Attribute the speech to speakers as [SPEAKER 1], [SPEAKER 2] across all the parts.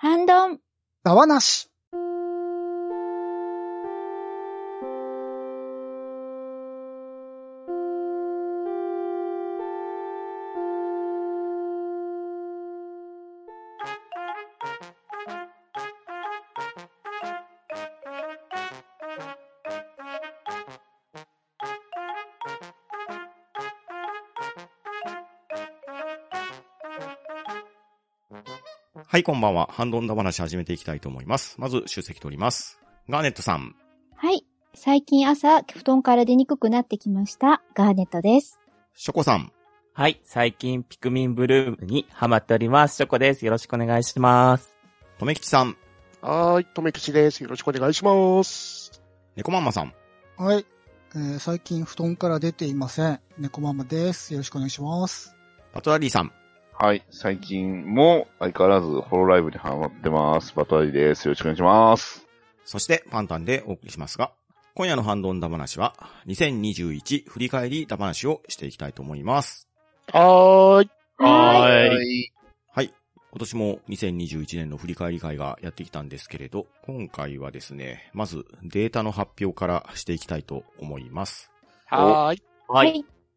[SPEAKER 1] さん。
[SPEAKER 2] ざわなし。
[SPEAKER 3] はい、こんばんは。ハンドンダ話始めていきたいと思います。まず、出席取ります。ガーネットさん。
[SPEAKER 1] はい。最近朝、布団から出にくくなってきました。ガーネットです。
[SPEAKER 3] ショコさん。
[SPEAKER 4] はい。最近、ピクミンブルームにハマっております。ショコです。よろしくお願いします。
[SPEAKER 3] とめきちさん。
[SPEAKER 5] はーい、とめきちです。よろしくお願いします。
[SPEAKER 3] 猫マンマさん。
[SPEAKER 2] はい。えー最近布団から出ていません。猫ママです。よろしくお願いします。
[SPEAKER 3] バトラリーさん。
[SPEAKER 6] はい。最近も相変わらずホロライブにハマってます。バトラリです。よろしくお願いします。
[SPEAKER 3] そして、パンタンでお送りしますが、今夜のハンドンダ話は、2021振り返りダ話をしていきたいと思います。
[SPEAKER 5] はーい。
[SPEAKER 1] は
[SPEAKER 6] はい。
[SPEAKER 3] はい。今年も2021年の振り返り会がやってきたんですけれど、今回はですね、まずデータの発表からしていきたいと思います。
[SPEAKER 5] はーい。
[SPEAKER 4] は。。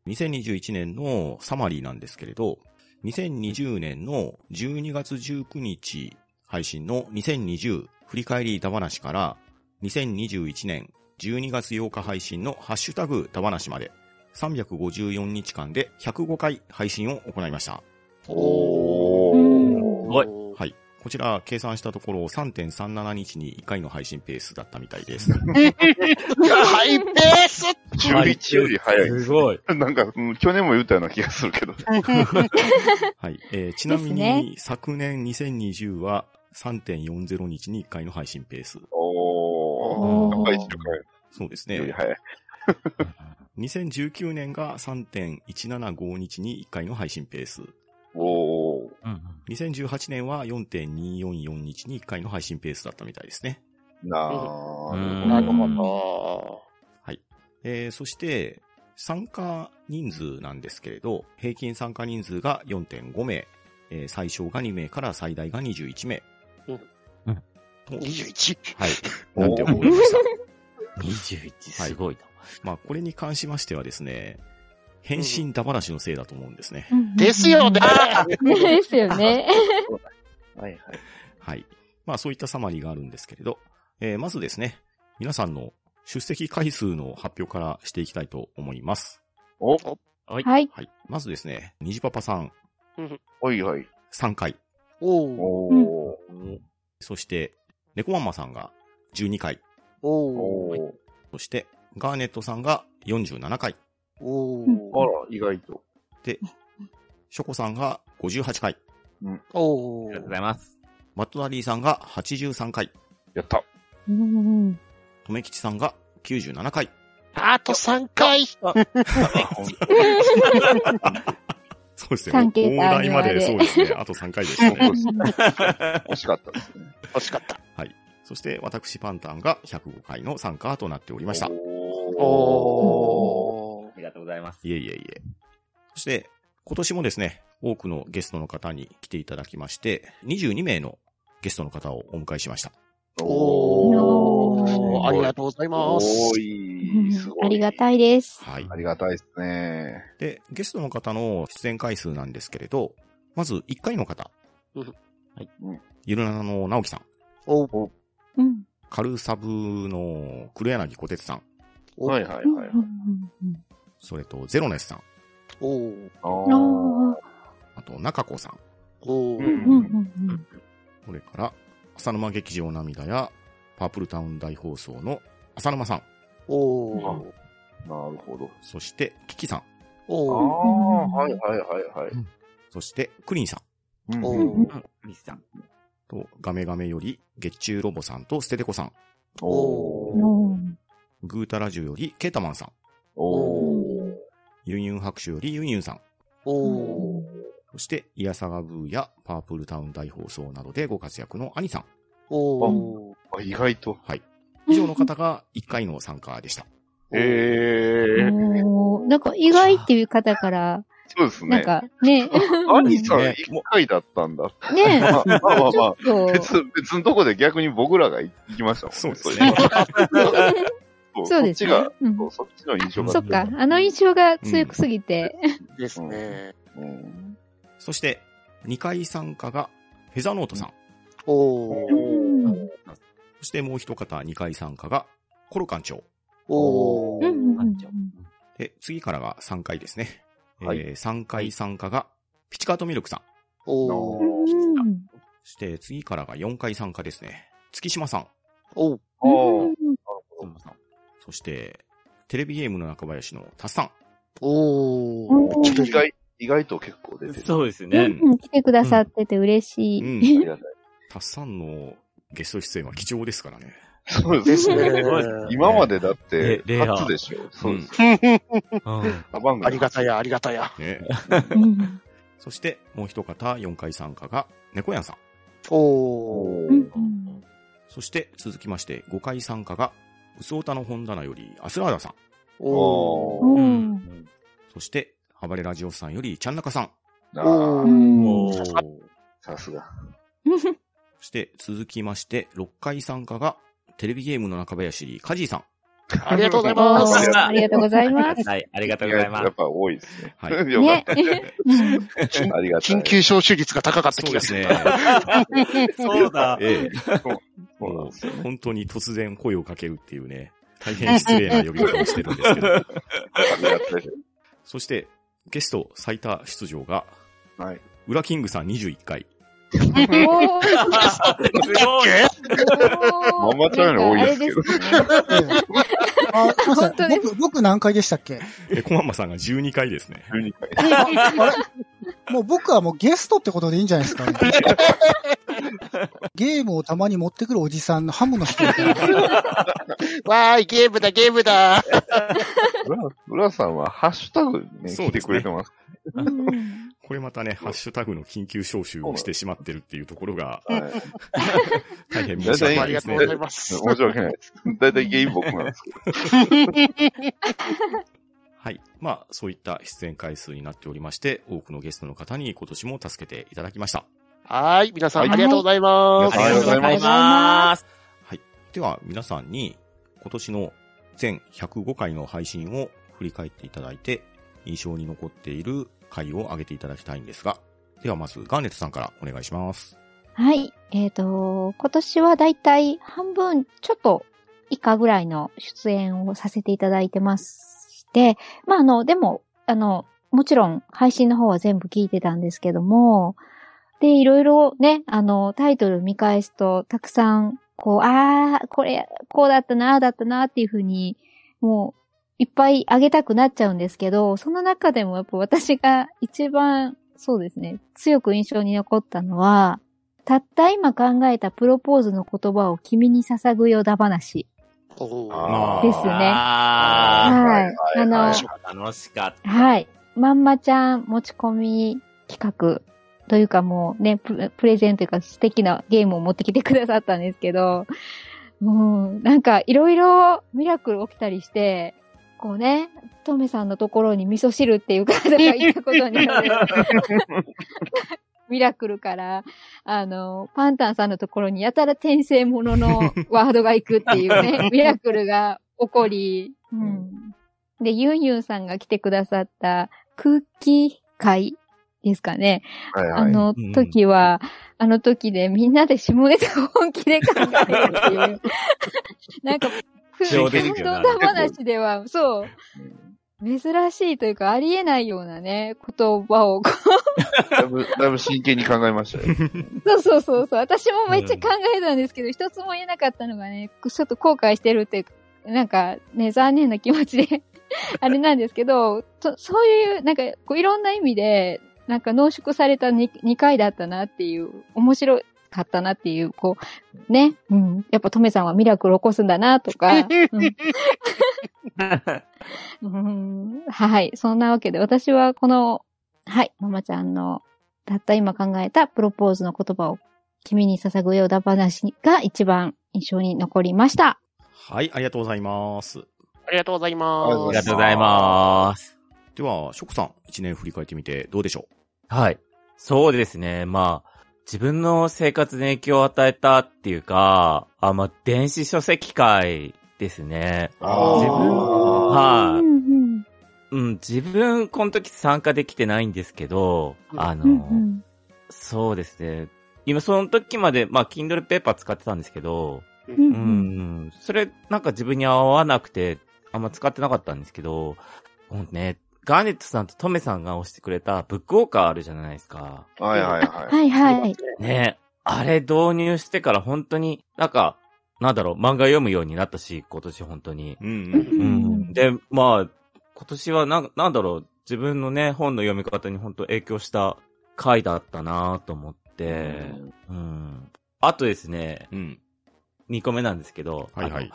[SPEAKER 3] 2021年のサマリーなんですけれど、2020年の12月19日配信の2020振り返りだ話から、2021年12月8日配信のハッシュタグだ話まで、354日間で105回配信を行いました。
[SPEAKER 6] おー。
[SPEAKER 1] うん
[SPEAKER 4] ごい
[SPEAKER 3] はい。こちら計算したところ3.37日に1回の配信ペースだったみたい です。
[SPEAKER 5] ハイペース
[SPEAKER 6] 11より早い。
[SPEAKER 4] すごい。
[SPEAKER 6] なんか、うん去年も言ったような気がするけど。
[SPEAKER 3] はい。えーちなみに、
[SPEAKER 1] です
[SPEAKER 3] 昨年2020は3.40日に1回の配信ペース。
[SPEAKER 6] お
[SPEAKER 1] お
[SPEAKER 6] ー。
[SPEAKER 1] ー
[SPEAKER 6] やっぱり
[SPEAKER 3] そうです
[SPEAKER 6] 1より
[SPEAKER 3] ね。
[SPEAKER 6] 早い。
[SPEAKER 3] 2019年が3.175日に1回の配信ペース。
[SPEAKER 6] おー。
[SPEAKER 3] 2018年は4.244日に1回の配信ペースだったみたいですね。
[SPEAKER 6] な
[SPEAKER 4] うん
[SPEAKER 6] ー
[SPEAKER 5] なるほ
[SPEAKER 3] えーそして、参加人数なんですけれど、平均参加人数が4.5名、えー最小が2名から最大が21名。
[SPEAKER 5] うん
[SPEAKER 4] うん
[SPEAKER 3] と
[SPEAKER 5] ど。21。
[SPEAKER 3] はい。
[SPEAKER 6] おー
[SPEAKER 3] なんて思いました。
[SPEAKER 4] 21、すごいな。
[SPEAKER 3] まあ、これに関しましてはですね、返信だ話のせいだと思うんですね。
[SPEAKER 5] です よね。
[SPEAKER 1] ですよね。
[SPEAKER 6] はいはい。
[SPEAKER 3] はい。まあ、そういったサマリーがあるんですけれど、えーまずですね、皆さんの出席回数の発表からしていきたいと思います。
[SPEAKER 6] お
[SPEAKER 1] はい。
[SPEAKER 3] はい。まずですね、虹パパさん
[SPEAKER 6] はいはい。
[SPEAKER 3] 3回、
[SPEAKER 5] おう
[SPEAKER 6] おー。
[SPEAKER 3] そして、猫ママさんが12回、
[SPEAKER 5] おう
[SPEAKER 6] おー。
[SPEAKER 3] そして、ガーネットさんが47回、
[SPEAKER 5] おう
[SPEAKER 6] あら、意外と。
[SPEAKER 3] ショコさんが58回、
[SPEAKER 4] あ
[SPEAKER 5] おう
[SPEAKER 4] りがとうございます。
[SPEAKER 3] マットダリーさんが83回、
[SPEAKER 6] やった。
[SPEAKER 1] うん
[SPEAKER 3] とめきちさんが97回、
[SPEAKER 5] あと3回。
[SPEAKER 3] そうですね。
[SPEAKER 1] 三桁
[SPEAKER 3] 大台ま
[SPEAKER 1] あるあ
[SPEAKER 3] で、
[SPEAKER 1] る
[SPEAKER 3] そうですね。あと3回です
[SPEAKER 6] そう
[SPEAKER 3] ね。
[SPEAKER 6] ですね惜しかったですね。
[SPEAKER 5] 惜しかった。
[SPEAKER 3] そして、私パンタンが105回の参加となっておりました。い
[SPEAKER 5] おう
[SPEAKER 4] ありがとうございます。
[SPEAKER 3] えいえいえ。そして、今年もですね、多くのゲストの方に来ていただきまして、22名のゲストの方をお迎えしました。
[SPEAKER 5] おうありがとうございます。
[SPEAKER 6] 多い。すごい。
[SPEAKER 1] ありがたいです。
[SPEAKER 3] はい
[SPEAKER 6] あ。りがたいですね。
[SPEAKER 3] で、ゲストの方の出演回数なんですけれど、まず1回の方。
[SPEAKER 5] うん
[SPEAKER 4] はい
[SPEAKER 6] うん
[SPEAKER 3] ゆるななの直樹さん。
[SPEAKER 5] おう
[SPEAKER 1] うん
[SPEAKER 3] カルサブの黒柳小鉄さん。
[SPEAKER 5] お
[SPEAKER 6] はいはい
[SPEAKER 1] うん
[SPEAKER 6] はい。
[SPEAKER 1] うん
[SPEAKER 3] それと、ゼロネスさん。
[SPEAKER 5] おう
[SPEAKER 6] あ
[SPEAKER 1] うん
[SPEAKER 6] ー
[SPEAKER 3] あと、中子さん。
[SPEAKER 5] おう
[SPEAKER 6] うん
[SPEAKER 1] うんうん
[SPEAKER 3] これから、浅沼劇場涙や、パープルタウン大放送の浅沼さん、
[SPEAKER 5] おう
[SPEAKER 6] なるほど。
[SPEAKER 3] そして、キキさん、
[SPEAKER 6] あ
[SPEAKER 5] おう
[SPEAKER 6] あ、はいはいはいはい。
[SPEAKER 3] そして、クリンさん
[SPEAKER 6] うん
[SPEAKER 5] お
[SPEAKER 1] うん
[SPEAKER 5] う
[SPEAKER 4] うん、ミスさん。
[SPEAKER 3] と、ガメガメより、月中ロボさんとステテコさん、
[SPEAKER 6] お
[SPEAKER 1] うん
[SPEAKER 6] ー
[SPEAKER 1] うん
[SPEAKER 3] グータラジオより、ケータマンさん、
[SPEAKER 6] おー
[SPEAKER 3] ユンユン拍手よりユンユンさん、
[SPEAKER 5] おう
[SPEAKER 3] そして、イヤサガブーやパープルタウン大放送などでご活躍のアニさん。
[SPEAKER 5] おう
[SPEAKER 6] あ意外と。
[SPEAKER 3] はい。以上の方が1回の参加でした。
[SPEAKER 6] ええー。
[SPEAKER 1] おーなんか意外っていう方から
[SPEAKER 6] そうです
[SPEAKER 1] なん
[SPEAKER 6] ね。
[SPEAKER 1] か、ね、
[SPEAKER 6] アニさん
[SPEAKER 3] ね
[SPEAKER 6] 一回だったんだ。
[SPEAKER 1] ね、
[SPEAKER 6] まあまあまあ
[SPEAKER 1] ち
[SPEAKER 6] ま
[SPEAKER 1] ょ
[SPEAKER 6] あ
[SPEAKER 1] っ、と、
[SPEAKER 6] 別、別のとこで逆に僕らが行きましたもん
[SPEAKER 3] そうですね
[SPEAKER 6] ね。
[SPEAKER 1] そうで
[SPEAKER 6] そこっ
[SPEAKER 1] す
[SPEAKER 6] ち
[SPEAKER 1] ね
[SPEAKER 6] が、。
[SPEAKER 1] うん
[SPEAKER 6] そうそっちの印象が
[SPEAKER 1] そっか、あの印象が強くすぎて、
[SPEAKER 5] ですね。
[SPEAKER 6] うん
[SPEAKER 3] そして、2回参加が、フェザーノートさん。
[SPEAKER 5] おー。
[SPEAKER 1] うん
[SPEAKER 3] そしてもう一方、2回参加が、コロ館長。
[SPEAKER 5] お
[SPEAKER 1] うんう
[SPEAKER 5] ー。
[SPEAKER 1] んうん
[SPEAKER 3] で、次からが3回ですね。
[SPEAKER 6] はい
[SPEAKER 3] えー、3回参加が、ピチカートミルクさん。
[SPEAKER 5] お
[SPEAKER 1] う
[SPEAKER 5] ー。
[SPEAKER 1] んうん
[SPEAKER 3] そして、次からが4回参加ですね。月島さん。
[SPEAKER 5] おー。
[SPEAKER 6] おー
[SPEAKER 3] そして、テレビゲームの中林のタスさん。
[SPEAKER 5] おー。
[SPEAKER 6] 意外、意外と結構出てる。
[SPEAKER 4] そうです
[SPEAKER 1] う
[SPEAKER 4] ね
[SPEAKER 1] ん。うん来てくださってて嬉し
[SPEAKER 3] う
[SPEAKER 1] い。
[SPEAKER 6] あ
[SPEAKER 3] ん。
[SPEAKER 6] りがたい
[SPEAKER 3] タスさんのゲスト出演は貴重ですからね。
[SPEAKER 6] そう
[SPEAKER 5] で
[SPEAKER 6] ですす
[SPEAKER 5] ね
[SPEAKER 6] ね。。今までだっ
[SPEAKER 4] ね
[SPEAKER 6] て、
[SPEAKER 4] レア
[SPEAKER 6] 初でしょ。そうです。
[SPEAKER 4] うん
[SPEAKER 6] アバン が
[SPEAKER 5] ありがたや、ありがたや。
[SPEAKER 3] ね。
[SPEAKER 1] うん
[SPEAKER 3] そして、もう一方、4回参加が、猫やんさん。
[SPEAKER 5] おー。
[SPEAKER 6] お
[SPEAKER 1] う
[SPEAKER 6] ー
[SPEAKER 1] んうん
[SPEAKER 3] そして、続きまして、5回参加が、うすおたの本棚より、アスラーダさん。
[SPEAKER 5] おー。
[SPEAKER 1] う
[SPEAKER 4] うんん
[SPEAKER 3] そして、ハバレラジオさんより、ちゃんなかさん。
[SPEAKER 6] あー
[SPEAKER 1] うん
[SPEAKER 4] おー
[SPEAKER 6] さすが。
[SPEAKER 3] そして、続きまして、6回参加が、テレビゲームの中林より、カジーさん。
[SPEAKER 5] ありがとうござい
[SPEAKER 1] お
[SPEAKER 5] ま
[SPEAKER 1] ー
[SPEAKER 5] す。
[SPEAKER 1] ありがとうございます。
[SPEAKER 4] はい、ありがとうござい
[SPEAKER 6] や
[SPEAKER 4] ま
[SPEAKER 6] っぱ多いですね。
[SPEAKER 3] は
[SPEAKER 6] よか
[SPEAKER 1] ね
[SPEAKER 6] った。。
[SPEAKER 1] うん
[SPEAKER 5] 緊
[SPEAKER 6] ありがたい。
[SPEAKER 5] 緊急招集率が高かった
[SPEAKER 3] そ
[SPEAKER 5] 気
[SPEAKER 3] うで
[SPEAKER 5] が
[SPEAKER 3] すす
[SPEAKER 5] る
[SPEAKER 3] ね。。
[SPEAKER 4] す。そうだ。
[SPEAKER 3] ええ。
[SPEAKER 6] そう
[SPEAKER 3] も
[SPEAKER 6] なん
[SPEAKER 3] う
[SPEAKER 6] ですよね。
[SPEAKER 3] 本当に突然声をかけるっていうね、大変失礼な呼び方をしてるんですけど。
[SPEAKER 6] ありがたい。
[SPEAKER 3] そして、ゲスト最多出場が、
[SPEAKER 6] はい。
[SPEAKER 3] ウラキングさん21回。
[SPEAKER 1] おー
[SPEAKER 4] すごい。
[SPEAKER 6] ママチャンネル多いですけど。
[SPEAKER 2] ええあ、すいません
[SPEAKER 1] 本当です
[SPEAKER 2] 僕、僕何回でしたっけ
[SPEAKER 3] え、コマンマさんが12回ですね。
[SPEAKER 6] 12回。
[SPEAKER 2] もう僕はもうゲストってことでいいんじゃないですかね。ゲームをたまに持ってくるおじさんのハムの人みたいな。
[SPEAKER 5] わーい、ゲームだ、ゲームだ。
[SPEAKER 6] 浦浦さんはハッシュタグね、
[SPEAKER 3] そうですね
[SPEAKER 6] 来てくれてます。
[SPEAKER 1] うん
[SPEAKER 3] これまたね、ハッシュタグの緊急招集をしてしまってるっていうところが、
[SPEAKER 6] はい。
[SPEAKER 3] 大変
[SPEAKER 5] ど
[SPEAKER 3] 申し
[SPEAKER 5] う
[SPEAKER 3] 訳
[SPEAKER 5] も
[SPEAKER 3] な
[SPEAKER 5] あ
[SPEAKER 3] い
[SPEAKER 5] り
[SPEAKER 3] で
[SPEAKER 5] が
[SPEAKER 3] す
[SPEAKER 5] とう
[SPEAKER 3] ね
[SPEAKER 5] ご。ざいます。
[SPEAKER 6] 申し訳ないです。大体ゲイ僕なんですけど。
[SPEAKER 3] はい。まあ、そういった出演回数になっておりまして、多くのゲストの方に今年も助けていただきました。
[SPEAKER 5] はーい、皆さ
[SPEAKER 6] は
[SPEAKER 5] ん
[SPEAKER 6] い
[SPEAKER 5] ありがとうござい
[SPEAKER 4] あ
[SPEAKER 5] ます。
[SPEAKER 4] りがとう
[SPEAKER 1] ありがとう
[SPEAKER 4] ござい
[SPEAKER 1] ございま
[SPEAKER 4] ます。
[SPEAKER 3] では、皆さんに今年の全105回の配信を振り返っていただいて、印象に残っている回を挙げていただきたいんですが、ではまず、ガーネットさんからお願いします。
[SPEAKER 1] はい。えっ、と、今年はだいたい半分ちょっと以下ぐらいの出演をさせていただいてまして、まあ、あの、でも、あの、もちろん配信の方は全部聞いてたんですけども、で、いろいろね、あの、タイトル見返すと、たくさん、こう、ああ、これ、こうだったな、ああだったな、っていうふうに、もう、いっぱいあげたくなっちゃうんですけど、その中でもやっぱ私が一番、そうですね、強く印象に残ったのは、たった今考えたプロポーズの言葉を君に捧ぐよだ話
[SPEAKER 5] おー
[SPEAKER 6] あー
[SPEAKER 1] ですね。
[SPEAKER 4] あ
[SPEAKER 1] はい。あ
[SPEAKER 6] はい
[SPEAKER 1] の
[SPEAKER 6] はい、
[SPEAKER 4] ー楽しかった。
[SPEAKER 1] はい。まんまちゃん持ち込み企画というかもうね、ププレゼンというか素敵なゲームを持ってきてくださったんですけど、うん、なんかいろいろミラクル起きたりして、こうね、トメさんのところに味噌汁っていう方がいたことによる。ミラクルから、あの、パンタンさんのところにやたら転生もののワードが行くっていうね、ミラクルが起こり、うん。で、ユンユンさんが来てくださった空気会ですかね。
[SPEAKER 6] はい
[SPEAKER 1] あ
[SPEAKER 6] はい。
[SPEAKER 1] の
[SPEAKER 4] うん
[SPEAKER 1] 時は、あの時でみんなで下ネタを本気で考えるっていう。 なんか、空
[SPEAKER 4] 上
[SPEAKER 1] 気
[SPEAKER 4] 出
[SPEAKER 1] の
[SPEAKER 4] 来よな
[SPEAKER 1] 話では、そう、珍しいというかありえないようなね、言葉を
[SPEAKER 6] だいぶ、だいぶ真剣に考えましたよ。
[SPEAKER 1] そうそうそうそう。私もめっちゃ考えたんですけど、一つも言えなかったのがね、ちょっと後悔してるっていうか、なんかね、残念な気持ちで、 あれなんですけど、とそういう、なんかこういろんな意味で、なんか濃縮された 2, 2回だったなっていう、面白かったなっていう、こう、ね、うん。やっぱトメさんはミラクルを起こすんだなとか、うんうーんはい。そんなわけで、私はこの、はい、ママちゃんの、たった今考えたプロポーズの言葉を君に捧ぐようだ話が一番印象に残りました。
[SPEAKER 3] はい、ありがとうございます。
[SPEAKER 5] ありがとうござい
[SPEAKER 6] ありがとう
[SPEAKER 4] あ
[SPEAKER 5] ま
[SPEAKER 6] ご
[SPEAKER 4] り
[SPEAKER 5] す
[SPEAKER 4] がとう
[SPEAKER 6] ざい。
[SPEAKER 4] ございます。
[SPEAKER 3] では、ショコさん、1年振り返ってみてどうでしょ
[SPEAKER 4] はい。そうですね。まあ、自分の生活に影響を与えたっていうか、あ、まあ、電子書籍会ですね。
[SPEAKER 6] あ
[SPEAKER 4] 自分、
[SPEAKER 6] ー
[SPEAKER 1] う
[SPEAKER 4] はい。
[SPEAKER 1] んうん
[SPEAKER 4] うん、自分、この時参加できてないんですけど、あの、
[SPEAKER 1] うんうん
[SPEAKER 4] そうですね。今、その時まで、まあ、Kindle Paper 使ってたんですけど、
[SPEAKER 1] うんう
[SPEAKER 4] うんん、それ、なんか自分に合わなくて、あんま使ってなかったんですけど、ほんとね、ガーネットさんとトメさんが押してくれたブックウォーカーあるじゃないですか。
[SPEAKER 6] はいはい
[SPEAKER 1] あ
[SPEAKER 6] はい。
[SPEAKER 1] はいはい。
[SPEAKER 4] ねあれ導入してから本当に、なんか、なんだろう、漫画読むようになったし、今年本当に。
[SPEAKER 3] ううん
[SPEAKER 1] うん
[SPEAKER 4] う
[SPEAKER 1] うん
[SPEAKER 4] ん。で、まあ、今年はなん、なんだろう、自分のね、本の読み方に本当影響した回だったなと思って、うん。あとですね、
[SPEAKER 3] うん。うん。
[SPEAKER 4] 2個目なんですけど、
[SPEAKER 3] はいはい。
[SPEAKER 4] あの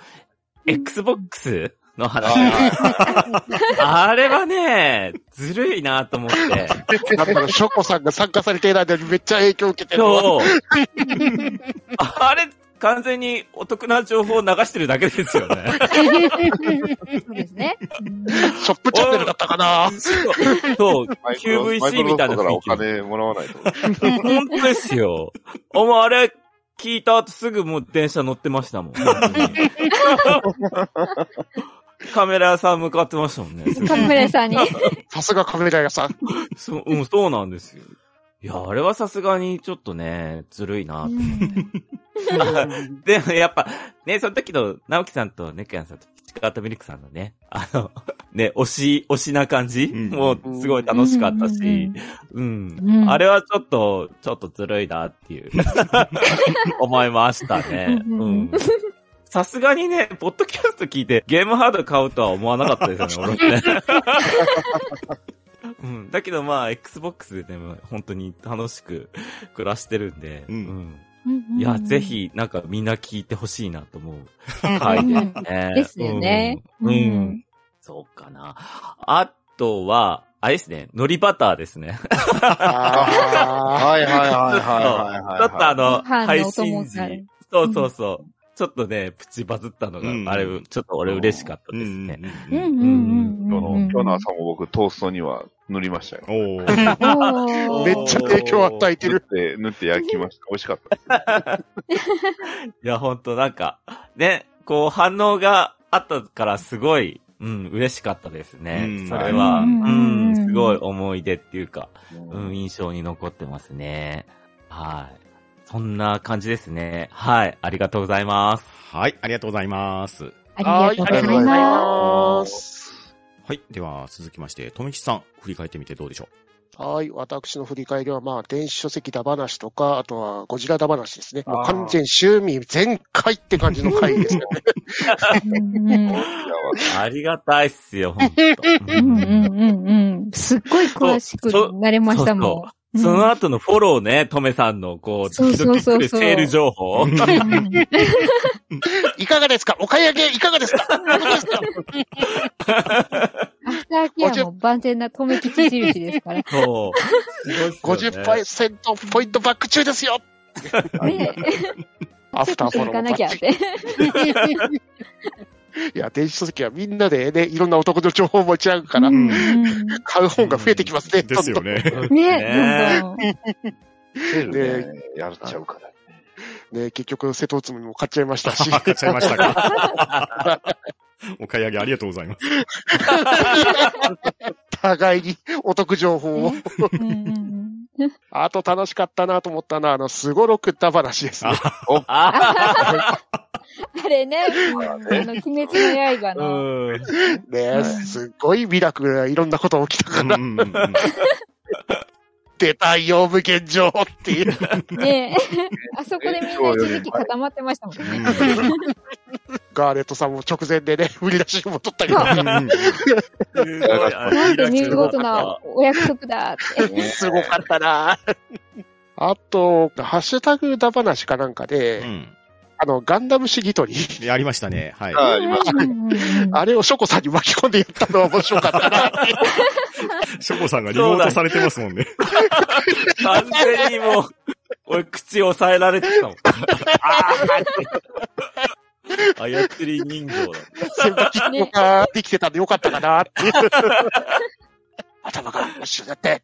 [SPEAKER 4] Xbox の話。 あれはね、ずるいなと思って。
[SPEAKER 5] なんだろう、ショコさんが参加されていないのにめっちゃ影響受けてるわ。
[SPEAKER 4] そう。 あれ、完全にお得な情報を流してるだけですよね。
[SPEAKER 1] そうですね。うん
[SPEAKER 5] ショップチャンネルだったかな
[SPEAKER 4] そう、
[SPEAKER 6] マイクロ
[SPEAKER 4] QVC みたいな雰囲気
[SPEAKER 6] マイクロソフトからお金もらわないと。
[SPEAKER 4] 本当ですよ。あ、もうあれ、聞いた後すぐもう電車乗ってました もん。カメラ屋さん向かってましたもんね。すぐ
[SPEAKER 1] カメラさんに。
[SPEAKER 5] さすがカメラ屋さん。
[SPEAKER 4] そう、 うん、そうなんですよ。いや、あれはさすがにちょっとね、ずるいな でもやっぱ、ね、その時の直樹さんとネクヤンさんとピチカートミルクさんのね、あの、ね、推し、推しな感じ、
[SPEAKER 3] うん
[SPEAKER 4] もうすごい楽しかった
[SPEAKER 1] うんうん
[SPEAKER 4] し、うん、
[SPEAKER 1] うん
[SPEAKER 4] あれはちょっと、ちょっとずるいなっ ていう、思いましたね。
[SPEAKER 1] うん
[SPEAKER 4] う
[SPEAKER 1] うん
[SPEAKER 4] ん。さすがにね、ポッドキャスト聞いてゲームハード買うとは思わなかったですよね、 俺ね。うん、だけどまあ、Xbox でね、本当に楽しく暮らしてるんで、
[SPEAKER 3] うん
[SPEAKER 4] うんいや、ぜ。ひ、なんかみんな聞いてほしいなと思う回ですね。
[SPEAKER 1] ですよね
[SPEAKER 4] うん。うん
[SPEAKER 1] うん
[SPEAKER 4] そうかな。あとは、あれですね、海苔バターですね。
[SPEAKER 5] あ
[SPEAKER 6] はいはいはいはいはいはい。
[SPEAKER 4] ちょっとあの、
[SPEAKER 1] はい
[SPEAKER 4] 配信
[SPEAKER 1] ご飯のお供に
[SPEAKER 4] 時
[SPEAKER 1] なる。
[SPEAKER 4] そうそうそう。ちょっとね、プチバズったのが、
[SPEAKER 3] うん
[SPEAKER 4] あれ、ちょっと俺嬉しかった
[SPEAKER 3] う
[SPEAKER 4] で
[SPEAKER 3] ん
[SPEAKER 4] すね。
[SPEAKER 1] うんうんうん
[SPEAKER 6] 今日の
[SPEAKER 1] うんうん。
[SPEAKER 6] 今日の朝も僕トーストには塗りましたよ。
[SPEAKER 3] うんうん。おー。
[SPEAKER 5] あ、
[SPEAKER 1] お
[SPEAKER 5] め
[SPEAKER 1] ー
[SPEAKER 5] っちゃ影響を与えて
[SPEAKER 6] 塗っ
[SPEAKER 5] る。
[SPEAKER 6] て、塗って焼きました。美味しかったです。
[SPEAKER 4] いや、ほんとなんか、ね、こう反応があったからすごい、うん、嬉しかったですね。
[SPEAKER 3] うん
[SPEAKER 4] それは、
[SPEAKER 1] う
[SPEAKER 4] うんん、すごい思い出っていうか、うん、印象に残ってますね。はい。そんな感じですね。はい。ありがとうございます。
[SPEAKER 3] はい、ありがとうございます。
[SPEAKER 1] ありがとうございます。
[SPEAKER 5] す。
[SPEAKER 3] はい、では続きまして、とめきちさん、振り返ってみてどうでしょ
[SPEAKER 5] はい。私の振り返りは、まあ、電子書籍だ話とか、あとは、ゴジラだ話ですね。もう完全趣味全開って感じの回ですよね。
[SPEAKER 1] うんうん
[SPEAKER 4] ありがたいっ すよ、ほんと。
[SPEAKER 1] うんうんうんうん。すっごい詳しくなれましたもん。
[SPEAKER 4] そ
[SPEAKER 1] うん
[SPEAKER 4] の後のフォローね、とめさんの、こう、
[SPEAKER 1] そう
[SPEAKER 4] 時
[SPEAKER 1] そ
[SPEAKER 4] 々
[SPEAKER 1] うそ
[SPEAKER 4] 来
[SPEAKER 1] う
[SPEAKER 4] る
[SPEAKER 1] そう
[SPEAKER 4] セール情報。
[SPEAKER 5] いかがですかお買い上げいかがですかどうですか
[SPEAKER 1] アフターケアも万全な止め吉印ですから。
[SPEAKER 4] そう。 すごいっすよね
[SPEAKER 5] ?50% ポイントバック中ですよ
[SPEAKER 6] ありがとう
[SPEAKER 5] アフターフ
[SPEAKER 1] 行
[SPEAKER 5] ォロ
[SPEAKER 1] か
[SPEAKER 5] ー
[SPEAKER 1] な
[SPEAKER 5] も
[SPEAKER 1] きゃ
[SPEAKER 5] バ
[SPEAKER 1] っ
[SPEAKER 5] ッチ
[SPEAKER 1] て。
[SPEAKER 5] リいや、電子書籍はみんなでね、いろんな男の情報を持ち合うから
[SPEAKER 1] う、んうん
[SPEAKER 5] 買う本が増えてきますね。
[SPEAKER 3] うですよ ね。
[SPEAKER 1] ね、どんどん。
[SPEAKER 6] セールね、やっちゃうから。
[SPEAKER 5] ね、結局、瀬戸内も買っちゃいましたし。
[SPEAKER 3] 買っちゃいましたか。お買い上げありがとうございます。
[SPEAKER 5] 互いにお得情報を。
[SPEAKER 1] うんうんうん
[SPEAKER 5] あと楽しかったなと思ったのは、あの、すごろくだ話ですね。
[SPEAKER 4] あ
[SPEAKER 1] あれね、うんあの、鬼滅の刃
[SPEAKER 4] ー
[SPEAKER 1] の。
[SPEAKER 4] うん
[SPEAKER 5] ね、すごいミラクルがいろんなこと起きた
[SPEAKER 3] う
[SPEAKER 5] か
[SPEAKER 3] ん
[SPEAKER 5] ら、
[SPEAKER 3] うんうんうん
[SPEAKER 5] 出たいよ、無限上って いう。
[SPEAKER 1] ねあそこでみんな一時期固まってましたもんね。
[SPEAKER 5] ガーレットさんも直前でね、売り出しも取ったりとか、
[SPEAKER 4] すごいあ
[SPEAKER 1] な
[SPEAKER 4] れ
[SPEAKER 1] んて見事なお約束だって。
[SPEAKER 5] すごかったなあと、ハッシュタグだ話かなんかで、
[SPEAKER 3] うん
[SPEAKER 5] あの、ガンダム主義取り。
[SPEAKER 3] うんやりましたね。はい。
[SPEAKER 6] あありました
[SPEAKER 1] うんうんうん
[SPEAKER 5] あれをショコさんに巻き込んでやったのは面白かったな って。
[SPEAKER 3] ショコさんがリモートされてますもんね。
[SPEAKER 4] 完全にもう、俺口押さえられてたもん。ああやつり人形だ。
[SPEAKER 5] 全部聞くことができてたんでよかったかなっていう。頭が一緒になって。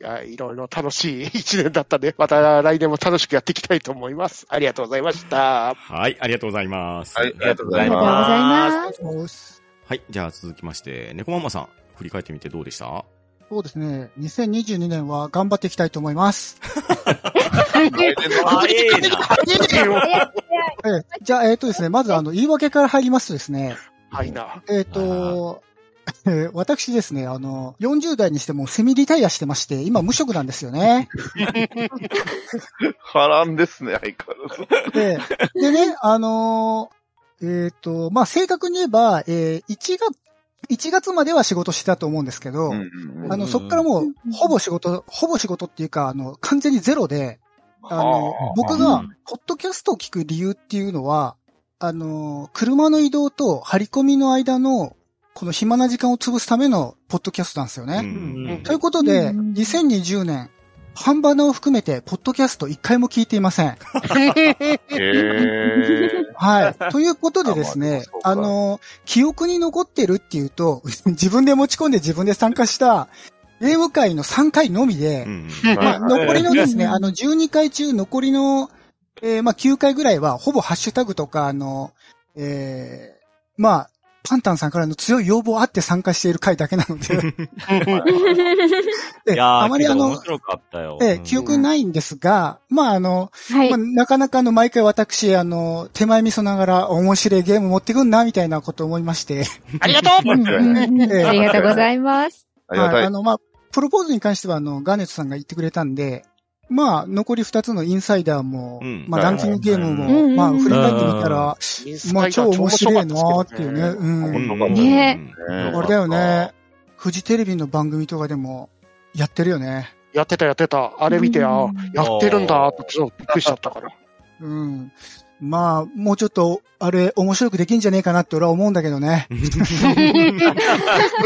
[SPEAKER 5] いや、いろいろ楽しい一年だったね。また来年も楽しくやっていきたいと思います。ありがとうございました。
[SPEAKER 3] はい、ありがとうございます。
[SPEAKER 6] はい、ありがとうご
[SPEAKER 1] あ
[SPEAKER 6] ざ
[SPEAKER 1] り
[SPEAKER 6] い
[SPEAKER 1] がとうご
[SPEAKER 6] ます。
[SPEAKER 1] ざいます。
[SPEAKER 2] おっす
[SPEAKER 3] はい、じゃあ続きまして、猫ママさん、振り返ってみてどうでした
[SPEAKER 2] そうですね。2022年は頑張っていきたいと思います。
[SPEAKER 4] あ、ええな。
[SPEAKER 1] 早い
[SPEAKER 2] ええじゃあ、えっ、とですね、まずあの、言い訳から入りますとですね、
[SPEAKER 5] はいな。
[SPEAKER 2] えっ、と、えー 私ですね、あの、40代にしてもセミリタイアしてまして、今無職なんですよね。
[SPEAKER 6] 波乱ですね、相変わらず。
[SPEAKER 2] で、でね、あのーえっ、と、まあ、正確に言えば、えー1月、1月までは仕事してたと思うんですけど、
[SPEAKER 6] うんうんうん
[SPEAKER 2] あの、そっからもう、ほぼ仕事、ほぼ仕事っていうか、あの、完全にゼロで、あの、僕
[SPEAKER 4] う
[SPEAKER 2] が
[SPEAKER 4] ん、
[SPEAKER 2] ポッドキャストを聞く理由っていうのは、あの、車の移動と張り込みの間の、この暇な時間を潰すための、ポッドキャストなんですよ
[SPEAKER 3] う
[SPEAKER 2] ね。
[SPEAKER 3] ん。
[SPEAKER 5] うん
[SPEAKER 2] ということで、
[SPEAKER 1] うん
[SPEAKER 2] 2020年、ハンバナを含めて、ポッドキャスト一回も聞いていません。
[SPEAKER 6] へえ。
[SPEAKER 2] はい。ということでです
[SPEAKER 6] あまあ
[SPEAKER 2] ね
[SPEAKER 6] そう、か
[SPEAKER 2] あの、記憶に残ってるっていうと、 自分で持ち込んで自分で参加した、ゲーム会の3回のみで
[SPEAKER 3] う、ん。
[SPEAKER 2] まあ、
[SPEAKER 6] は
[SPEAKER 2] 残りのですね、
[SPEAKER 1] うん
[SPEAKER 2] あの、12回中残りの、えーまあ、9回ぐらいは、ほぼハッシュタグとか、あの、えーまあ、パンタンさんからの強い要望あって参加している回だけなので、
[SPEAKER 4] い
[SPEAKER 2] で
[SPEAKER 4] やー
[SPEAKER 2] あまりあ
[SPEAKER 4] けど
[SPEAKER 2] の
[SPEAKER 4] 面、白かったよ。
[SPEAKER 2] えー記憶ないんですが、まあ、あの、
[SPEAKER 1] はい
[SPEAKER 2] まあ、。なかなかあの、毎回私、あの、手前味噌ながら面白いゲーム持ってくんな、みたいなこと思いまして、
[SPEAKER 5] ありがとう
[SPEAKER 1] うんうんうんありがとうございます。
[SPEAKER 6] ありが
[SPEAKER 2] は
[SPEAKER 6] た
[SPEAKER 2] い
[SPEAKER 6] い
[SPEAKER 2] あ。の、まあ、プロポーズに関しては、あの、ガーネットさんが言ってくれたんで、まあ、残り2つのインサイダーも、
[SPEAKER 3] うん
[SPEAKER 2] まあ、ランキングゲーム
[SPEAKER 1] はいはい
[SPEAKER 2] も、
[SPEAKER 1] はい
[SPEAKER 2] まあ、振り返ってみたら、
[SPEAKER 5] インス
[SPEAKER 2] ま
[SPEAKER 5] タ
[SPEAKER 2] あ、
[SPEAKER 5] イダ
[SPEAKER 2] 超
[SPEAKER 5] ー
[SPEAKER 2] 面白いなーっていうね。
[SPEAKER 5] 超面白かったです
[SPEAKER 2] う。
[SPEAKER 5] けど
[SPEAKER 6] うんんうん
[SPEAKER 1] ね
[SPEAKER 2] あれだよね。フジテレビの番組とかでも、やってるよね。
[SPEAKER 5] やってたやってた。あれ見て、あ
[SPEAKER 1] うん
[SPEAKER 5] やってるんだってちょっとびっくりしちゃったから。
[SPEAKER 2] うん。まあ、もうちょっと、あれ、面白くできんじゃねえかなって俺は思うんだけど ね。
[SPEAKER 5] プ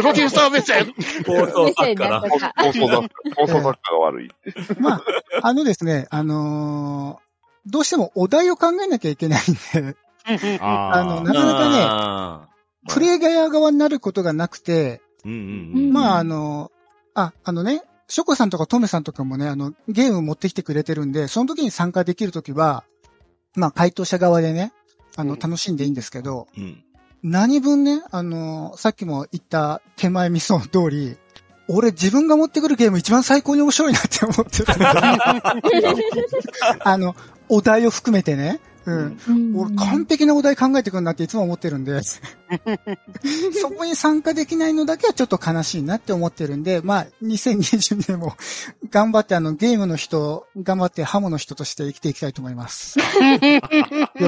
[SPEAKER 5] ロデューサー目線
[SPEAKER 4] 放送作
[SPEAKER 1] メッセー
[SPEAKER 4] 家だ。
[SPEAKER 1] ジだとか
[SPEAKER 6] 放送作家、放送作家が悪い。
[SPEAKER 2] まあ、あのですね、あのーどうしてもお題を考えなきゃいけないんで、あのな
[SPEAKER 3] あ
[SPEAKER 2] か
[SPEAKER 3] あ。
[SPEAKER 2] なかね
[SPEAKER 4] か
[SPEAKER 2] プレイヤー側になることがなくて、
[SPEAKER 3] うんうんうん。
[SPEAKER 2] まあ、あの、あ、あのね、ショコさんとかトメさんとかもね、あの、ゲーム持ってきてくれてるんで、その時に参加できる時は、まあ、回答者側でね、あ
[SPEAKER 5] う
[SPEAKER 2] の、
[SPEAKER 5] ん
[SPEAKER 2] 楽しんでいいんですけど、
[SPEAKER 3] うん。
[SPEAKER 2] 何分ね、あの、さっきも言った手前味噌の通り、俺自分が持ってくるゲーム一番最高に面白いなって思ってるんで あの、お題を含めてね、うん。俺完璧なお題考えてくるなっていつも思ってるん で、そこに参加できないのだけはちょっと悲しいなって思ってるんで、まあ、2020年も頑張ってあのゲームの人、頑張ってハムの人として生きていきたいと思います。 よ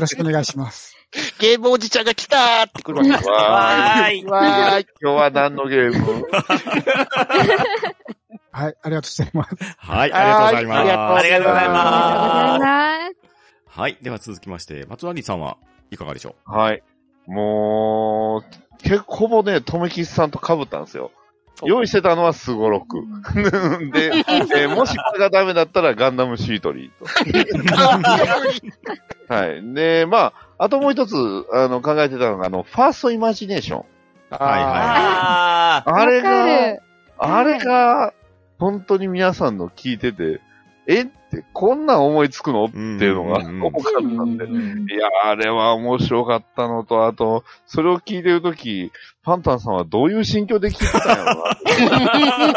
[SPEAKER 2] ろしくお願いします。
[SPEAKER 5] ゲームおじちゃんが来たーってくるわけ。
[SPEAKER 6] わーい。
[SPEAKER 4] ーい。
[SPEAKER 5] わーい。
[SPEAKER 6] 今日は何のゲーム
[SPEAKER 2] はい、ありがとうございます。
[SPEAKER 3] はい、ありがとうございます。
[SPEAKER 5] は
[SPEAKER 1] あ
[SPEAKER 4] ありがとうござい
[SPEAKER 1] りがとうござい
[SPEAKER 4] ま
[SPEAKER 1] ます。
[SPEAKER 3] はい、では続きまして、松谷さんはいかがでしょ
[SPEAKER 6] はい。もう、結構ほぼね、とめきさんと被ったんですよ。用意してたのはすごろく。 で、え ーもしこれがダメだったらガンダムシートリーと。はい。で、まあ、あともう一つ、あの、考えてたのが、あの、ファーストイマジネーション。
[SPEAKER 3] うはいはい。
[SPEAKER 4] あ
[SPEAKER 6] あれ
[SPEAKER 1] わか
[SPEAKER 6] が
[SPEAKER 1] る、
[SPEAKER 6] あれが、本当に皆さんの聞いてて、えって、こんなん思いつくのっていうのが
[SPEAKER 3] うんうんうん
[SPEAKER 6] 多かったんで。
[SPEAKER 1] うん
[SPEAKER 6] いや、あれは面白かったのと、あと、それを聞いてるとき、パンタンさんはどういう心境で聞いてたんやろうな。
[SPEAKER 3] い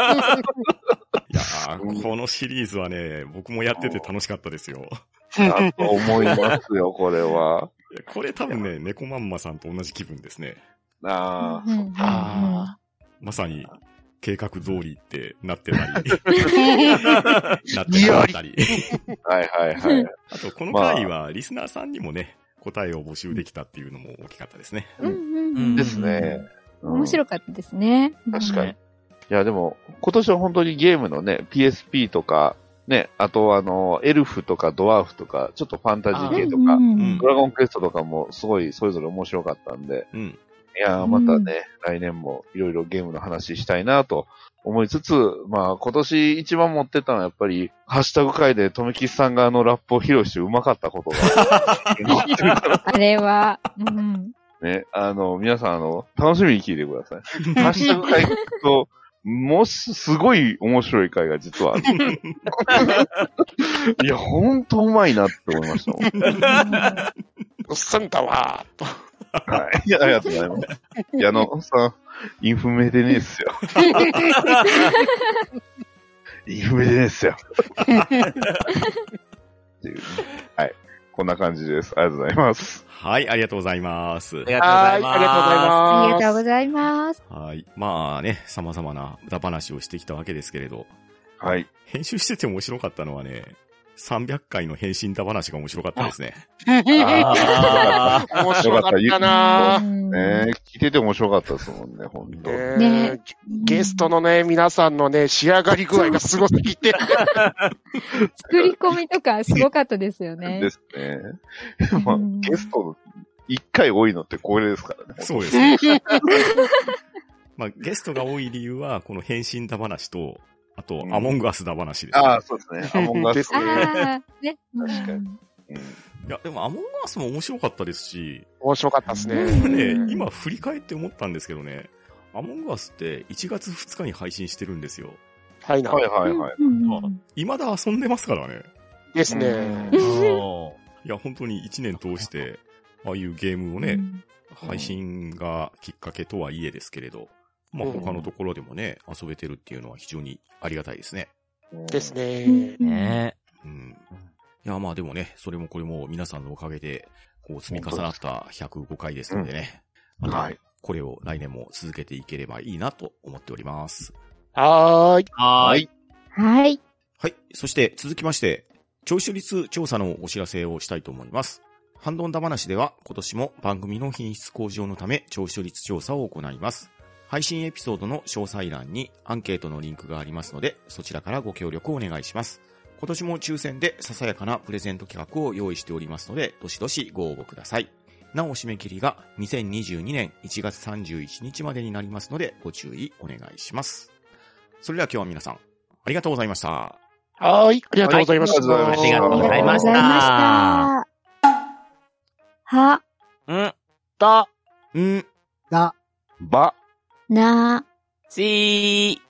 [SPEAKER 3] やーこのシリーズはね、僕もやってて楽しかったですよ。
[SPEAKER 6] だと思いますよ、これは。
[SPEAKER 3] いやこれ多分ね、猫まんまさんと同じ気分ですね。
[SPEAKER 6] あ
[SPEAKER 1] うんうん
[SPEAKER 6] あ
[SPEAKER 3] まさに、計画通りってなってたり、なってなかったり。
[SPEAKER 6] あ、はいはいはい。
[SPEAKER 3] あと、この回は、リスナーさんにもね、答えを募集できたっていうのも大きかったですね。
[SPEAKER 1] うんうんうん
[SPEAKER 6] ですね。うん
[SPEAKER 1] 面白かったですね。
[SPEAKER 6] 確かに。いや、でも、今年は本当にゲームのね、PSP とか、ね、あとあの、エルフとかドワーフとか、ちょっとファンタジー系とか
[SPEAKER 1] う、んうん
[SPEAKER 3] うん
[SPEAKER 6] ドラゴンクエストとかもすごいそれぞれ面白かったんで、
[SPEAKER 3] うん。
[SPEAKER 6] いやーまたね、来年もいろいろゲームの話したいなと思いつつ、まあ今年一番持ってたのはやっぱり、ハッシュタグ会でとめきさ んがあのラップを披露してうまかったことが、
[SPEAKER 1] あれは、うん
[SPEAKER 6] ね、あの、皆さん、あの、楽しみに聞いてください。ハッシュタグ会聞くと、もうす、すごい面白い回が実 はある。いや、ほんとうまいなって思いましたもん。
[SPEAKER 5] おっさんだわーと。
[SPEAKER 6] はい。いや、ありがとうございます。いや、あの、さん、インフメでねえっすよ。インフメでねえっすよ。っていうね、はい。こんな感じです。ありがとうございます。
[SPEAKER 3] はい、ありがとうございます。
[SPEAKER 4] りがとうござい
[SPEAKER 5] は
[SPEAKER 4] ま
[SPEAKER 5] ー
[SPEAKER 4] す。
[SPEAKER 5] ありがとうございます。
[SPEAKER 1] ありがとうございます。
[SPEAKER 3] はい。まあね、様々な歌話をしてきたわけですけれど、
[SPEAKER 6] はい。
[SPEAKER 3] 編集してて面白かったのはね、300回の返信歌話が面白かったですね。
[SPEAKER 4] あー
[SPEAKER 5] 面白かったなー
[SPEAKER 1] うん
[SPEAKER 6] ねえ聞いてて面白かったですもんね、ほんと。
[SPEAKER 5] ね
[SPEAKER 1] ね
[SPEAKER 5] えゲストのね、皆さんのね、仕上がり具合がすごすぎて。
[SPEAKER 1] 作り込みとかすごかったですよね。
[SPEAKER 6] ですね。まあ、
[SPEAKER 1] うん
[SPEAKER 6] ゲストの1回多いのってこれですからね。
[SPEAKER 3] そうですね。 まあ、ゲストが多い理由は、この返信だ話と、あと
[SPEAKER 6] う、ん
[SPEAKER 3] アモングアスだ話です、ね
[SPEAKER 6] ああ、そうですね。アモンガ
[SPEAKER 5] です
[SPEAKER 6] ス。
[SPEAKER 1] ああ、ね。
[SPEAKER 6] 確かにうん
[SPEAKER 3] いや、でもアモングアスも面白かったですし、
[SPEAKER 5] 面白かったですね。
[SPEAKER 1] うん
[SPEAKER 3] ね、今振り返って思ったんですけどね、アモングアスって1月2日に配信してるんですよ。
[SPEAKER 5] はいな。
[SPEAKER 6] はいはいはい。
[SPEAKER 1] うん
[SPEAKER 3] あ未だ遊んでますからね。
[SPEAKER 5] ですね。
[SPEAKER 4] うん
[SPEAKER 3] いや、本当に1年通して、ああいうゲームをね、配信がきっかけとはいえですけれど、まあ
[SPEAKER 5] うん
[SPEAKER 3] 他のところでもね、遊べてるっていうのは非常にありがたいですね。
[SPEAKER 5] ですね
[SPEAKER 1] う。ん
[SPEAKER 4] ね
[SPEAKER 3] うん。いや、まあでもね、それもこれも皆さんのおかげで、こう積み重なった105回ですのでね、ま
[SPEAKER 6] は
[SPEAKER 3] た
[SPEAKER 6] い。
[SPEAKER 3] これを来年も続けていければいいなと思っております。
[SPEAKER 5] はーい。
[SPEAKER 4] はーい。
[SPEAKER 1] はい。
[SPEAKER 3] はい。そして続きまして、聴取率調査のお知らせをしたいと思います。ハンドンダ話では今年も番組の品質向上のため聴取率調査を行います。配信エピソードの詳細欄にアンケートのリンクがありますので、そちらからご協力をお願いします。今年も抽選でささやかなプレゼント企画を用意しておりますので、どしどしご応募ください。なお締め切りが2022年1月31日までになりますので、ご注意お願いします。それでは今日は皆さん、ありがとうございました。
[SPEAKER 5] はーい。ありがとうございました。
[SPEAKER 6] はい
[SPEAKER 4] ありがとうございまし
[SPEAKER 1] ありがとうござい
[SPEAKER 4] た
[SPEAKER 1] ました。は、
[SPEAKER 4] うん。
[SPEAKER 5] た。
[SPEAKER 3] ん
[SPEAKER 2] だ。
[SPEAKER 6] ば。
[SPEAKER 1] な、
[SPEAKER 4] しー。